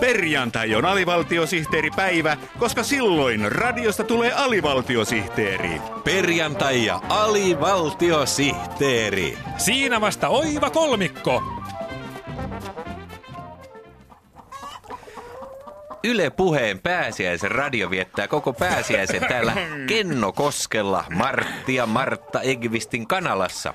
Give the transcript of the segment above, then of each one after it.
Perjantai on alivaltiosihteeripäivä, koska silloin radiosta tulee alivaltiosihteeri. Perjantai ja alivaltiosihteeri. Siinä vasta oiva kolmikko. Yle Puheen pääsiäisen radio viettää koko pääsiäisen täällä Kennokoskella Martti ja Martta Egvistin kanalassa.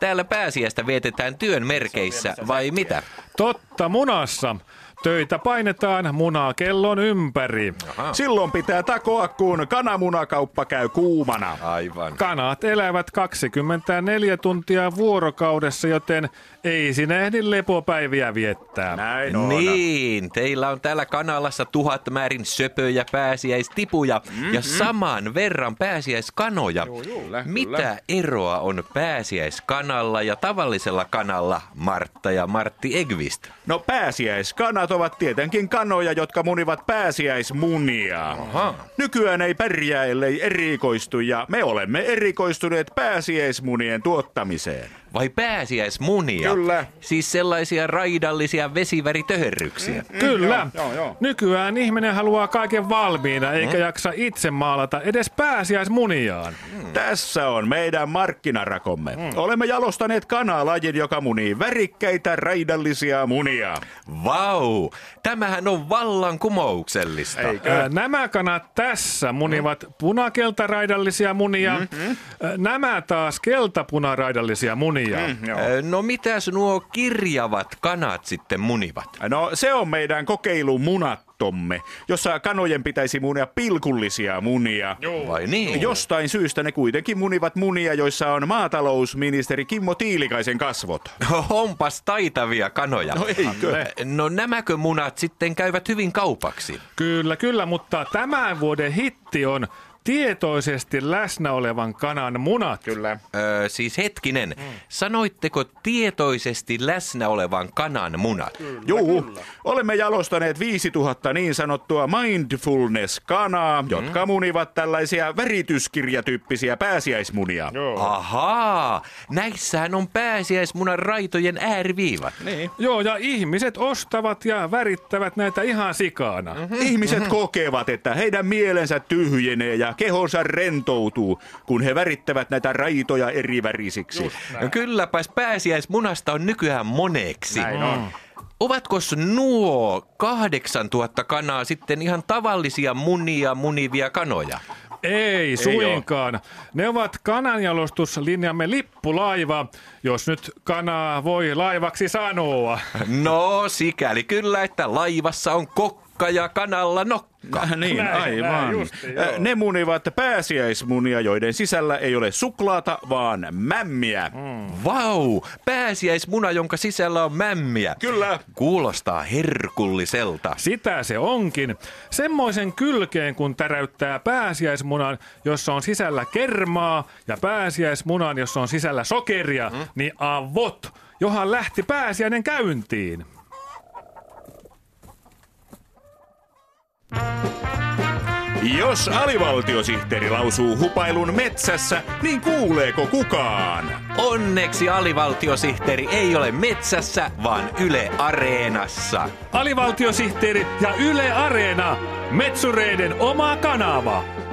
Täällä pääsiäistä vietetään työn merkeissä vai mitä? Totta munassa. Töitä painetaan munaa kellon ympäri. Silloin pitää takoa, kun kananmunakauppa käy kuumana. Aivan. Kanat elävät 24 tuntia vuorokaudessa, joten ei sinä ehdi lepopäiviä viettää. Näin on. Niin, teillä on täällä kanalassa tuhat määrin söpöjä pääsiäistipuja Mhm. ja saman verran pääsiäiskanoja. Mitä eroa on pääsiäiskanalla ja tavallisella kanalla Martta ja Martti Egvist? No pääsiäiskanat ovat tietenkin kanoja, jotka munivat pääsiäismunia. Aha. Nykyään ei pärjää, ellei erikoistu, ja me olemme erikoistuneet pääsiäismunien tuottamiseen. Vai pääsiäismunia? Kyllä. Siis sellaisia raidallisia vesiväritöherryksiä. Mhm. Kyllä. joo, Mm. joo, joo. Nykyään ihminen haluaa kaiken valmiina, eikä jaksa itse maalata edes pääsiäismuniaan. Mm. Tässä on meidän markkinarakomme. Olemme jalostaneet kanalajin, joka munii värikkäitä, raidallisia munia. Vau! Tämähän on vallankumouksellista. Ää, Nämä kanat tässä munivat Mm. punakeltaraidallisia munia. Mm-hmm. Ää, Nämä taas keltapunaraidallisia munia. Mm-hmm. Ö, No mitäs nuo kirjavat kanat sitten munivat? No se on meidän kokeilu munattomme, jossa kanojen pitäisi munia pilkullisia munia. Vai niin? Jostain syystä ne kuitenkin munivat munia, joissa on maatalousministeri Kimmo Tiilikaisen kasvot. Onpas taitavia kanoja. No eikö? No nämäkö munat sitten käyvät hyvin kaupaksi? Kyllä, kyllä, mutta tämän vuoden hitti on tietoisesti läsnä olevan kanan munat. Kyllä. Öö, siis Mm. hetkinen, sanoitteko tietoisesti läsnä olevan kanan munat? Juu, olemme jalostaneet 5000 niin sanottua mindfulness-kanaa, jotka munivat tällaisia värityskirjatyyppisiä pääsiäismunia. Ahaa, näissähän on pääsiäismunan raitojen ääriviivat. Joo, ja ihmiset ostavat ja värittävät näitä ihan sikana. Mm. Mm-hmm. Ihmiset Mm-hmm. kokevat, että heidän mielensä tyhjenee ja kehonsa rentoutuu, kun he värittävät näitä raitoja eri värisiksi. No kylläpäs pääsiäismunasta on nykyään moneksi. Näin on. Ovatko nuo 8000 kanaa sitten ihan tavallisia munia munivia kanoja? Ei suinkaan. ne ovat kananjalostuslinjamme lippulaiva, jos nyt kanaa voi laivaksi sanoa. No sikäli kyllä, että laivassa on kokka ja kanalla nokka. Niin, Näin, näin, justiin, joo. Äh, ne munivat pääsiäismunia, joiden sisällä ei ole suklaata, vaan mämmiä. Vau, pääsiäismuna, jonka sisällä on mämmiä. Kyllä. Kuulostaa herkulliselta. Sitä se onkin. Semmoisen kylkeen, kun täräyttää pääsiäismunan, jossa on sisällä kermaa, ja pääsiäismunan, jossa on sisällä sokeria, niin avot, johan lähti pääsiäinen käyntiin. Mm. Jos alivaltiosihteeri lausuu hupailun metsässä, niin kuuleeko kukaan? Onneksi alivaltiosihteeri ei ole metsässä, vaan Yle Areenassa. Alivaltiosihteeri ja Yle Areena, Metsureiden oma kanava.